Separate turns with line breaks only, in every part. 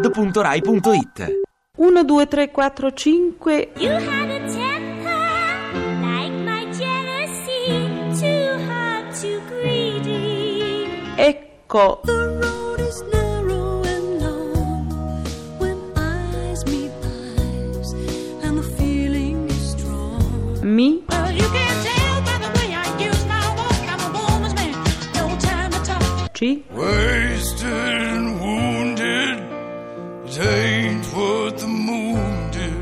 radio2pod.rai.it
1, 2, 3, 4, 5.
You had a temper like my jealousy, too hot, too greedy.
Ecco,
The road is narrow and long when eyes meet eyes, and the feeling is strong.
mi,
Well, you can tell by the way I use my walk. I'm a woman's man, no time to talk.
ci,
Wasted and wounded, it ain't what the moon did.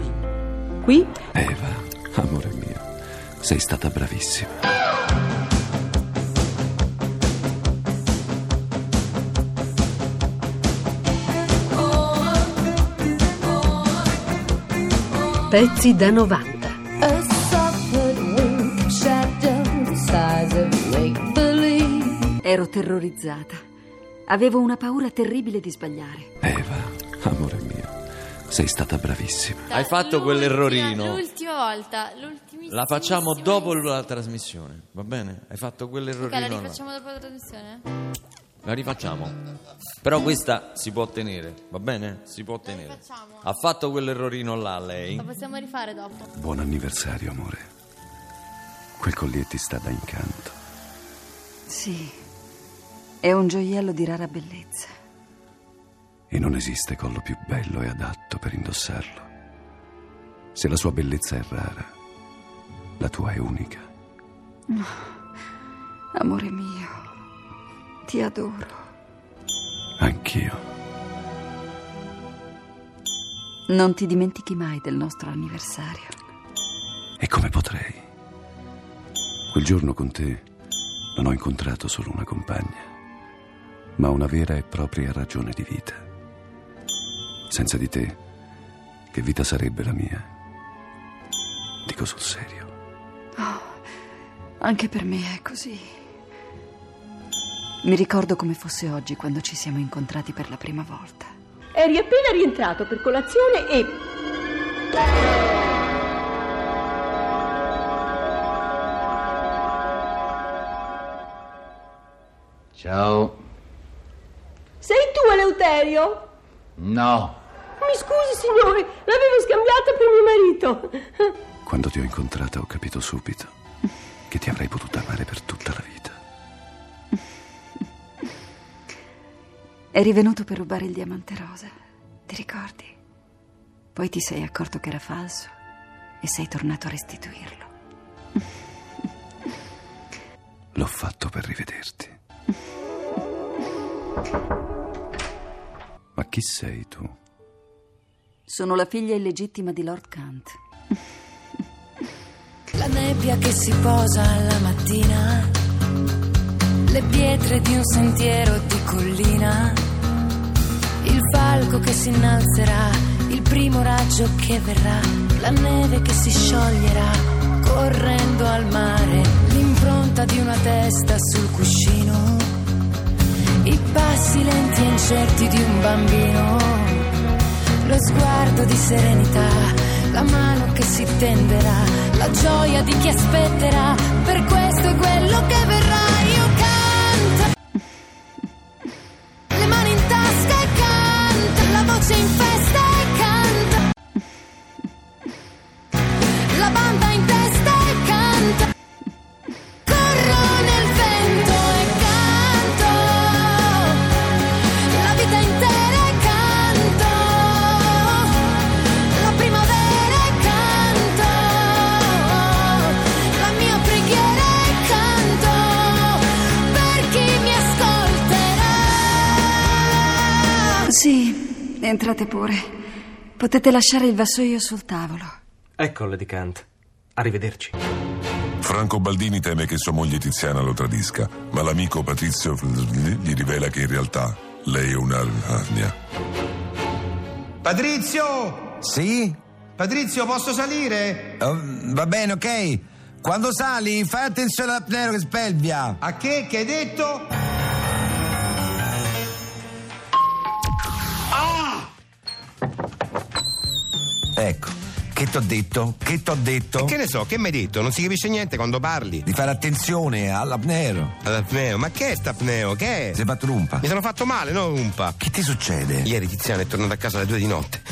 qui,
Eva, amore mio, sei stata bravissima.
Pezzi da 90.
A suffered wink shadow, the size of make believe.
Ero terrorizzata. Avevo una paura terribile di sbagliare.
Eva, amore mio, sei stata bravissima.
Hai fatto quell'errorino.
L'ultima volta, l'ultimissima.
La facciamo dopo la trasmissione, va bene? Hai fatto quell'errorino.
Ok, la
là.
rifacciamo dopo la trasmissione?
La rifacciamo. Però questa si può tenere, va bene? Si può tenere.
rifacciamo.
Ha fatto quell'errorino là lei.
La possiamo rifare dopo.
Buon anniversario, amore. Quel collier ti sta da incanto.
Sì. È un gioiello di rara bellezza.
E non esiste collo più bello e adatto per indossarlo. Se la sua bellezza è rara, la tua è unica.
Amore mio, ti adoro.
Anch'io.
Non ti dimentichi mai del nostro anniversario.
E come potrei? Quel giorno con te non ho incontrato solo una compagna, ma una vera e propria ragione di vita. Senza di te, che vita sarebbe la mia? Dico sul serio.
Anche per me è così. Mi ricordo come fosse oggi quando ci siamo incontrati per la prima volta.
Eri appena rientrato per colazione e...
Ciao.
Sei tu, Eleuterio?
No.
Mi scusi, signore, l'avevo scambiata per mio marito.
Quando ti ho incontrata ho capito subito che ti avrei potuto amare per tutta la vita.
Eri venuto per rubare il diamante rosa, ti ricordi? Poi ti sei accorto che era falso e sei tornato a restituirlo.
L'ho fatto per rivederti. Ma chi sei tu?
Sono la figlia illegittima di Lord Kant.
La nebbia che si posa alla mattina, le pietre di un sentiero di collina, il falco che si innalzerà, il primo raggio che verrà, la neve che si scioglierà, correndo al mare, l'impronta di una testa sul cuscino, i passi lenti e incerti di un bambino lo sguardo di serenità, la mano che si tenderà, la gioia di chi aspetterà, per questo è quello che verrà. Io canto, le mani in tasca e canto, la voce in festa e canto, la banda in testa e canto. Corro nel vento e canto. La vita intera è canto, la primavera è canto, la mia preghiera è canto, per chi mi ascolterà.
Sì, entrate pure. Potete lasciare il vassoio sul tavolo.
Ecco Lady Kant. Arrivederci.
Franco Baldini teme che sua moglie Tiziana lo tradisca, ma l'amico Patrizio gli rivela che in realtà lei è un'arnia.
Patrizio! Sì? Patrizio, posso salire? Oh, va bene, ok. Quando sali, fai attenzione all'apneo che spelvia. A che? Che hai detto? Ecco, che Che t'ho detto? Che t'ho detto? che ne so, che mi hai detto? Non si capisce niente quando parli. Di fare attenzione all'apneo. All'apneo? Ma che è st'apneo? Che è? Sei fatto l'umpa. Mi sono fatto male, no umpa. Che ti succede? Ieri Tiziano è tornato a casa alle due di notte.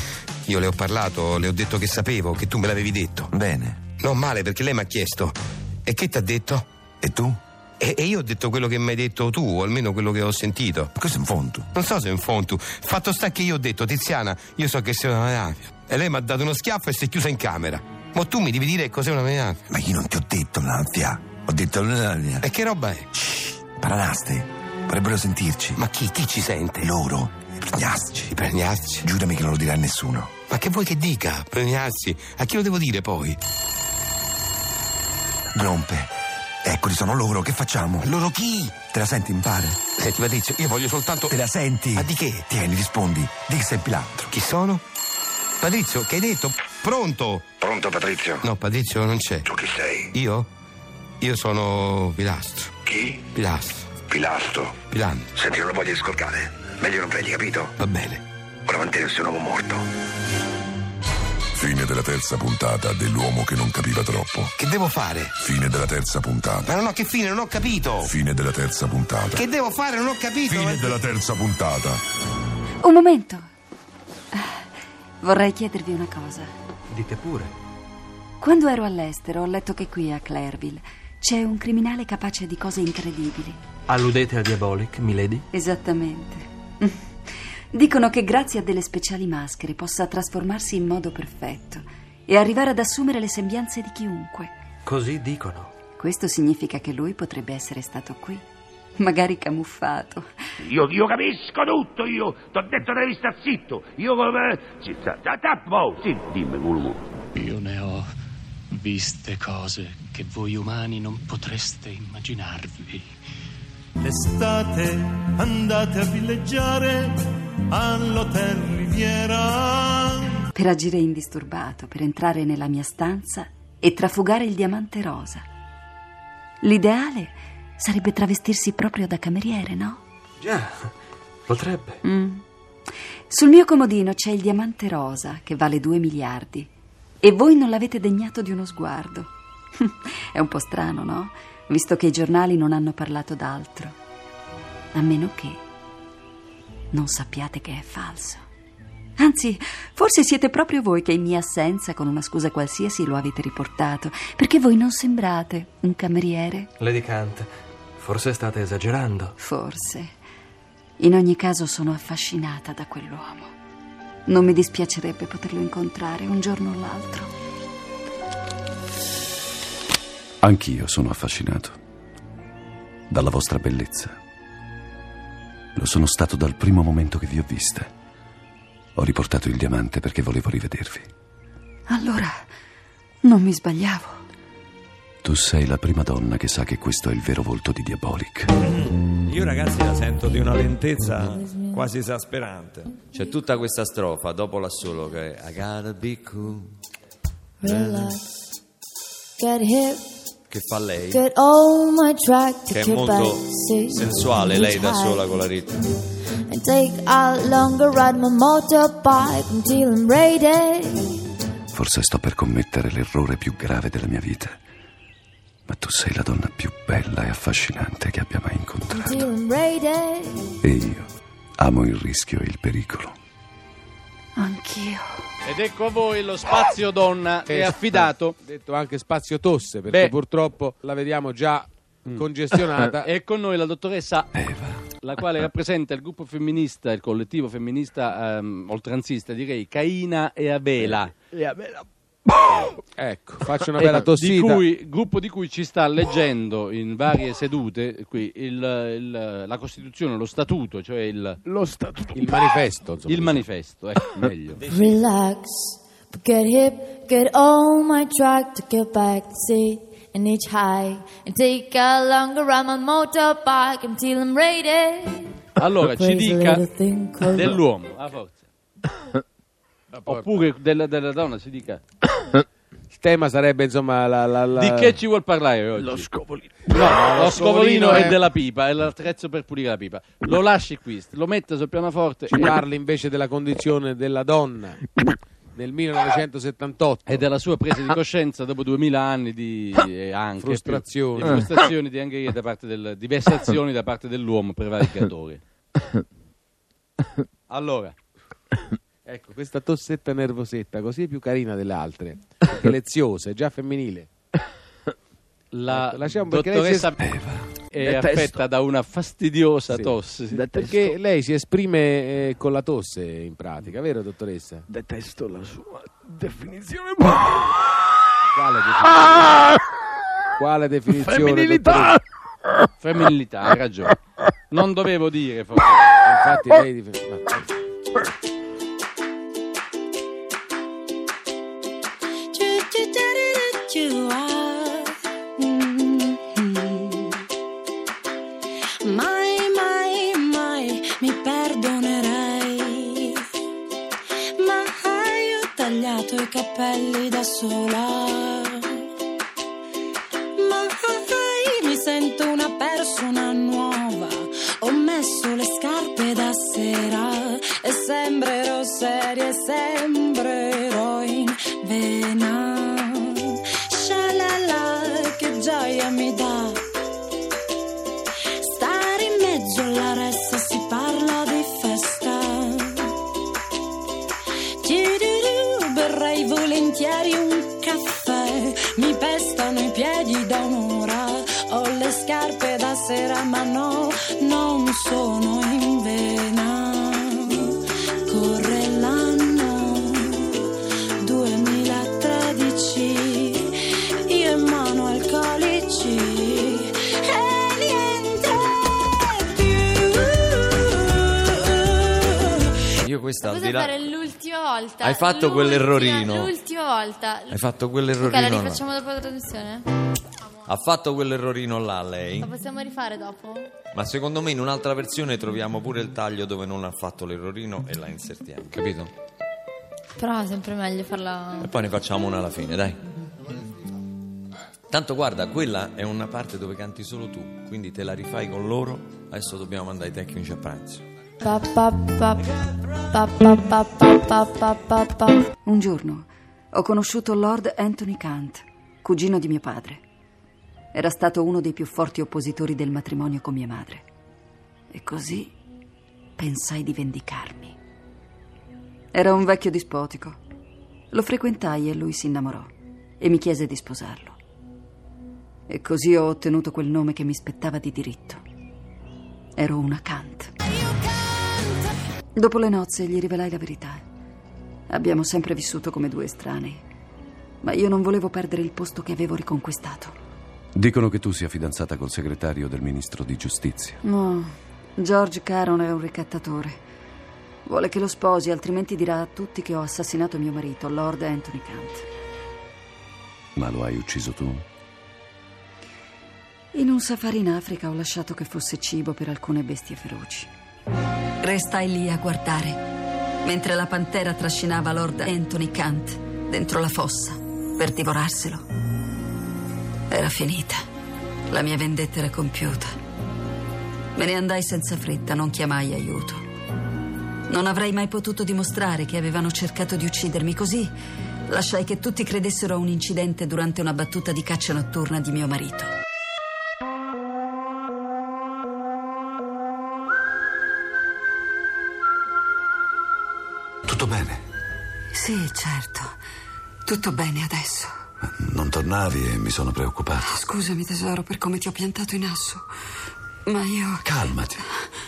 Io le ho parlato, le ho detto che sapevo, che tu me l'avevi detto. Bene. Non male, perché lei mi ha chiesto. E che ti ha detto? E tu? E, e io ho detto quello che mi hai detto tu, o almeno quello che ho sentito. Questo è un fontu. Non so se è un fontu. Fatto sta che io ho detto, Tiziana, io so che sei una menafia. E lei mi ha dato uno schiaffo e si è chiusa in camera. Ma tu mi devi dire cos'è una menafia. Ma io non ti ho detto menafia. Ho detto menafia. E che roba è? Paranaste. Vorrebbero sentirci. Ma chi? Chi ci sente? Loro. I pregnasci. I pregnasci? Giurami che non lo dirà nessuno. Ma che vuoi che dica? Pregnasci. A chi lo devo dire poi? Grompe. Eccoli, Ecco, sono loro. Che facciamo? Loro chi? Te la senti, impare. Senti, Patrizio, io voglio soltanto. Te la senti? Ma di che? Tieni, rispondi. Di che sei pilastro. Chi sono? Patrizio, che hai detto? Pronto?
Pronto, Patrizio?
No, Patrizio non c'è.
Tu chi sei?
Io? Io sono Pilastro.
Chi?
Pilastro.
Pilastro.
Pilando.
Senti, non lo voglio discolcare. Meglio non prendi, capito?
Va bene.
Bravantere sei un uomo morto.
Fine della terza puntata dell'uomo che non capiva troppo.
Che devo fare?
Fine della terza puntata.
Ma non ho che fine, non ho capito.
Fine della terza puntata.
Che devo fare? Non ho capito.
Fine della terza puntata.
Un momento. Ah, Vorrei chiedervi una cosa.
Dite pure.
Quando ero all'estero ho letto che qui a Clairville c'è un criminale capace di cose incredibili.
Alludete a Diabolic, milady?
Esattamente. Dicono che grazie a delle speciali maschere possa trasformarsi in modo perfetto e arrivare ad assumere le sembianze di chiunque.
Così dicono.
Questo significa che lui potrebbe essere stato qui, magari camuffato.
Io, io capisco tutto, io ti ho detto devi star zitto, io come... Zitta, ta, ta, boh, sì, dimmi, Mulumu.
Io ne ho Oh, viste cose che voi umani non potreste immaginarvi.
L'estate andate a villeggiare all'Hotel Riviera.
Per agire indisturbato, per entrare nella mia stanza e trafugare il diamante rosa. L'ideale sarebbe travestirsi proprio da cameriere, no?
Già, potrebbe.
Mm. Sul mio comodino c'è il diamante rosa che vale due miliardi e voi non l'avete degnato di uno sguardo. È un po' strano, no? Visto che i giornali non hanno parlato d'altro. A meno che non sappiate che è falso. Anzi, forse siete proprio voi che in mia assenza, con una scusa qualsiasi, lo avete riportato, perché voi non sembrate un cameriere.
Lady Kant, forse state esagerando.
Forse. In ogni caso sono affascinata da quell'uomo. Non mi dispiacerebbe poterlo incontrare un giorno o l'altro.
Anch'io sono affascinato dalla vostra bellezza. Lo sono stato dal primo momento che vi ho vista. Ho riportato il diamante perché volevo rivedervi.
Allora, non mi sbagliavo.
Tu sei la prima donna che sa che questo è il vero volto di Diabolic.
Io ragazzi la sento di una lentezza quasi esasperante.
Mm. C'è tutta questa strofa dopo l'assolo che è I gotta be cool.
Relax. Get hip.
Che fa lei?
Get on my track.
Che è
Take your
molto
back seat.
sensuale lei da
Hitchhike.
sola con la ritmo.
And take a longer ride my motorbike until I'm ready.
Forse sto per commettere l'errore più grave della mia vita. Ma tu sei la donna più bella e affascinante che abbia mai incontrato.
Until I'm ready.
E io amo il rischio e il pericolo.
Anch'io.
Ed ecco a voi lo spazio donna che è
Esatto.
affidato
detto anche spazio tosse perché
Beh.
purtroppo la vediamo già
Mm.
congestionata
È con noi la dottoressa la quale rappresenta il gruppo femminista, il collettivo femminista ehm, oltranzista, direi Caina e Abela.
ecco faccio una bella
Ecco, di
tossita
cui- gruppo di cui ci sta leggendo in varie sedute qui il- il- la Costituzione, lo statuto, cioè il,
il manifesto insomma. diciamo.
il manifesto, ecco, meglio.
Relax. But get hip. Get on my track. Take your back seat. And hitchhike. And take a longer ride my motorbike until I'm ready.
Allora, ci
Praise
dica
the little thing called-
dell'uomo, a forza. Oppure della, della donna, ci dica.
il tema sarebbe insomma la, la- la-
Di che ci vuol parlare oggi? Lo scovolino. No,
No,
lo
lo
scovolino
scovolino
è
è-
della pipa, è l'attrezzo per pulire la pipa. Lo lasci qui, lo mette sul pianoforte
ci
e
parli invece della condizione della donna
nel 1978
e della sua presa di coscienza dopo 2000 anni di e anche più-
Frustrazioni.
di frustrazioni di angheria da parte del, di vessazioni da parte dell'uomo prevaricatori. Allora,
ecco questa tossetta nervosetta così è più carina delle altre, perché è leziosa, è già femminile.
La
lasciamo perché lei si
dottoressa
es-
è
Detesto.
affetta da una fastidiosa
Sì.
tosse.
Perché lei si esprime eh, con la tosse in pratica, vero dottoressa? Detesto la sua definizione. Quale definizione? Quale definizione?
Femminilità!
dottoressa?
Femminilità, hai ragione. Non dovevo dire forse.
Infatti lei dice- ma-
Mai, mai, mai mi perdonerai. Ma io ho tagliato i capelli da sola. Ma mi sento una persona nuova. Ho messo le scarpe da sera e sembrerò seria e sembrerò in vena. Shalala, che gioia mi dà. Stare in mezzo alla ressa si parla di festa. Tirurù, berrei volentieri un caffè. Mi pestano i piedi da un'ora. Ho le scarpe da sera, ma no, non sono in vena. Corre l'anno 2013. Io in mano alcolici e niente
Io questa al
Cosa
di là.
fare l'ultima volta?
Hai fatto
L'ultima-
quell'errorino.
L'ultima volta.
Hai fatto
Ok, la
quell'errorino. là.
rifacciamo dopo la trasmissione?
Ha fatto quell'errorino là lei.
La possiamo rifare dopo?
Ma secondo me in un'altra versione troviamo pure il taglio dove non ha fatto l'errorino e la insertiamo, capito?
Però è sempre meglio farla...
E poi ne facciamo una alla fine, dai. Tanto guarda, quella è una parte dove canti solo tu, quindi te la rifai con loro. Adesso dobbiamo mandare i tecnici a pranzo.
Pa, pa, pa, pa, pa, pa, pa, pa, pa, pa, pa.
Un giorno ho conosciuto Lord Anthony Kant, cugino di mio padre. Era stato uno dei più forti oppositori del matrimonio con mia madre. E così pensai di vendicarmi. Era un vecchio dispotico. Lo frequentai e lui si innamorò e mi chiese di sposarlo. E così ho ottenuto quel nome che mi spettava di diritto. Ero una Kant. Dopo le nozze gli rivelai la verità. Abbiamo sempre vissuto come due estranei. Ma io non volevo perdere il posto che avevo riconquistato.
Dicono che tu sia fidanzata col segretario del ministro di giustizia.
No, George Caron è un ricattatore. Vuole che lo sposi, altrimenti dirà a tutti che ho assassinato mio marito, Lord Anthony Kant.
Ma lo hai ucciso tu?
In un safari in Africa ho lasciato che fosse cibo per alcune bestie feroci.
Restai lì a guardare, mentre la pantera trascinava Lord Anthony Kant dentro la fossa per divorarselo. Era finita. La mia vendetta era compiuta. Me ne andai senza fretta, non chiamai aiuto. Non avrei mai potuto dimostrare che avevano cercato di uccidermi così. Lasciai che tutti credessero a un incidente durante una battuta di caccia notturna di mio marito.
Tutto bene?
Sì, certo. Tutto bene adesso.
Non tornavi e mi sono preoccupato.
Scusami, tesoro, per come ti ho piantato in asso. Ma io.
Calmati,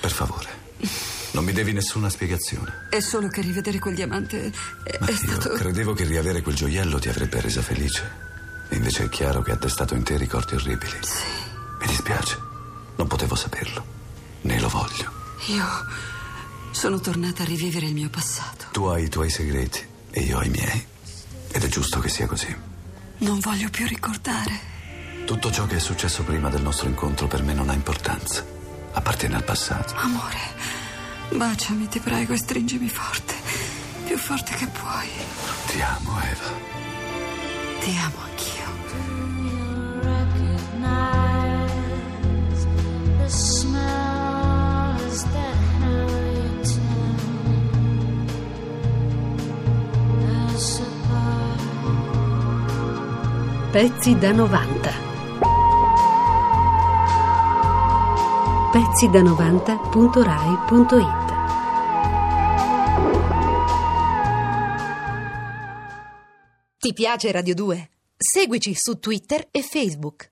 per favore. Non mi devi nessuna spiegazione.
È solo che rivedere quel diamante è, è stato.
Io credevo che riavere quel gioiello ti avrebbe resa felice. Invece è chiaro che ha testato in te ricordi orribili. Sì. Mi dispiace. Non potevo saperlo. Né lo voglio.
Io. Sono tornata a rivivere il mio passato.
Tu hai i tuoi segreti e io ho i miei. Ed è giusto che sia così.
Non voglio più ricordare.
Tutto ciò che è successo prima del nostro incontro per me non ha importanza. Appartiene al passato.
Amore, baciami, ti prego, e stringimi forte. Più forte che puoi.
Ti amo, Eva.
Ti amo anch'io.
The smiles that hide town as
Pezzi da 90. Pezzi da 90.rai.it
Ti piace Radio 2? Seguici su Twitter e Facebook.